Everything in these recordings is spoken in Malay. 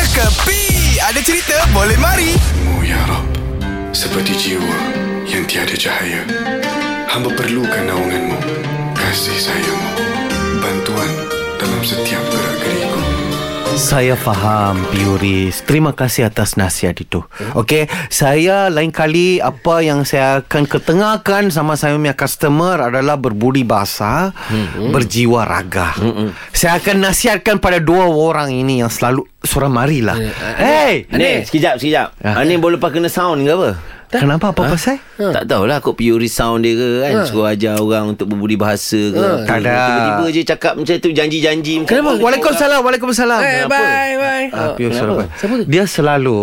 Kepi Ada cerita boleh mari Mu ya Rab Seperti jiwa yang tiada cahaya Hamba perlukan naunganmu Kasih sayangmu Bantuan dalam setiap gerak geriku Saya faham Piuris. Terima kasih atas nasihat itu. Okey, saya lain kali apa yang saya akan ketengahkan sama saya punya customer adalah berbudi bahasa, Hmm. berjiwa raga. Saya akan nasihatkan pada dua orang ini yang selalu suramari Eh, lah. Hey, Ani, sekejap, sekejap. Ah. Ani boleh pakai kena sound ke apa? kenapa apa pasal? Ha. Tak tahulah kot Piuri sound dia ke kan Suruh ajar orang untuk berbudi bahasa ke Ah. Tak ada. Tiba-tiba je cakap macam tu Janji-janji macam tu. Oh, Waalaikumsalam, waalaikumsalam. Eh, bye, bye. Ah, Pius Sarapan. Siapa tu? Hmm. Dia selalu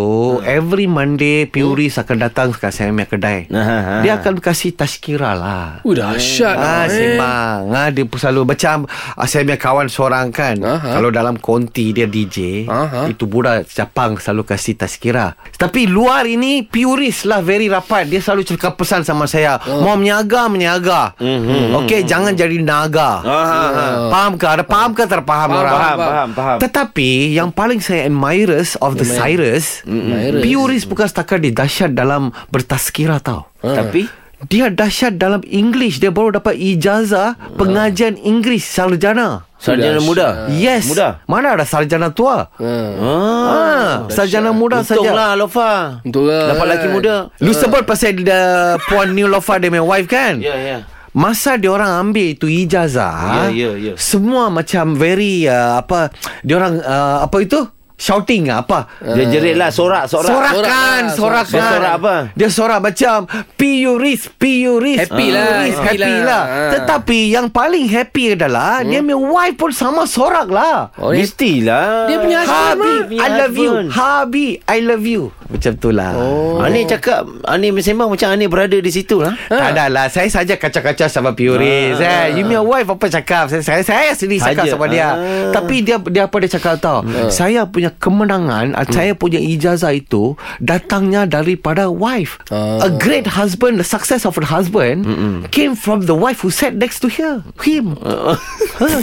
every Monday Puris akan datang kat saya punya kedai. ha, ha. Dia akan kasih tazkirah lah. Uh, dahsyat Ah, lah. eh. sembang. Ah, dia pun selalu macam ah, saya punya kawan seorang kan. Aha. Kalau dalam konti dia DJ, Aha. itu budak Japang selalu kasih tazkirah. Tapi luar ini puris lah very rapat. Dia selalu cakap pesan sama saya, Oh. mau meniaga meniaga. Mhm. Mm-hmm. Okey, jangan jadi naga. Ah, ah, ah. Faham ke? Ada faham ke terfaham Faham, orang? Faham, faham, faham Tetapi yang paling saya admirers of the Cyrus, Admirers. Puris bukan setakat dia dahsyat dalam bertazkirah tau. Tapi Dia dahsyat dalam English. Dia baru dapat ijazah pengajian Inggeris sarjana. Ha. Sarjana muda Ya. Yes. Muda Mana ada sarjana tua? Ha. Ah, sarjana muda saja. Untunglah lah, Lofa Untung lah, Dapat kan. laki muda Lu sebut pasal the Puan New Lofa dia punya wife kan? Ya, ya Masa dia orang ambil itu ijazah, Ya, ya, ya. semua macam very uh, apa dia orang uh, apa itu? Shouting ke apa? Uh, Dia jerit lah Sorak Sorak Sorakan, sorakan. Sorak lah, sorak. Dia sorak apa? Dia sorak macam Piuris, Piuris, Happy lah, happy, happy happy lah. lah. lah. Ah. Hmm. Tetapi yang paling happy adalah dia punya wife pun sama sorak lah. Oh, dia- Mestilah Dia punya husband lah. Habi, mah. I love you. husband. Habi, I love you. Macam tu lah. Oh. Ani cakap Ani sembang macam Ani berada di situ lah Tak ada lah Saya saja kacau-kacau sama Puris ah. eh. You punya wife apa cakap Saya saya, saya sendiri Saja. cakap sama dia Ah. Tapi dia dia apa dia cakap tau Saya punya kemenangan ah, Saya punya ijazah itu Datangnya daripada wife Ah. A great husband The success of a husband Came from the wife Who sat next to her Him huh,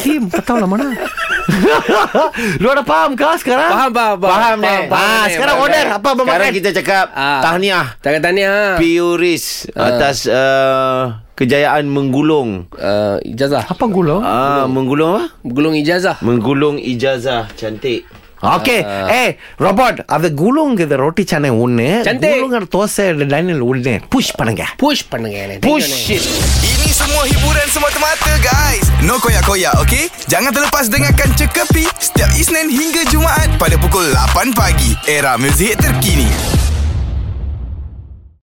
Him Tak tahulah mana Lu ada faham ke sekarang? Faham, faham, faham. Faham, Faham, eh. faham, ah, eh. Sekarang Faham, order eh. Apa Ah. Sekarang bermakan kita cakap Ah. Tahniah Tangan ha. tanya. Piuris Ah. atas uh, kejayaan menggulung. Uh, ijazah. Apa gulung? Ah, menggulung apa? Gulung ijazah. Menggulung ijazah cantik. Okay Eh robot அது குலுங்குது ரொட்டி சேனை ஒன்று சந்தே. குலுங்குற தோசை டைனில் ஒன்று புஷ் பண்ணுங்க Push pandangan. Push it. Ini semua hiburan semata-mata guys No koyak-koyak ok Jangan terlepas dengarkan Cekapi Setiap Isnin hingga Jumaat Pada pukul 8 pagi Era muzik terkini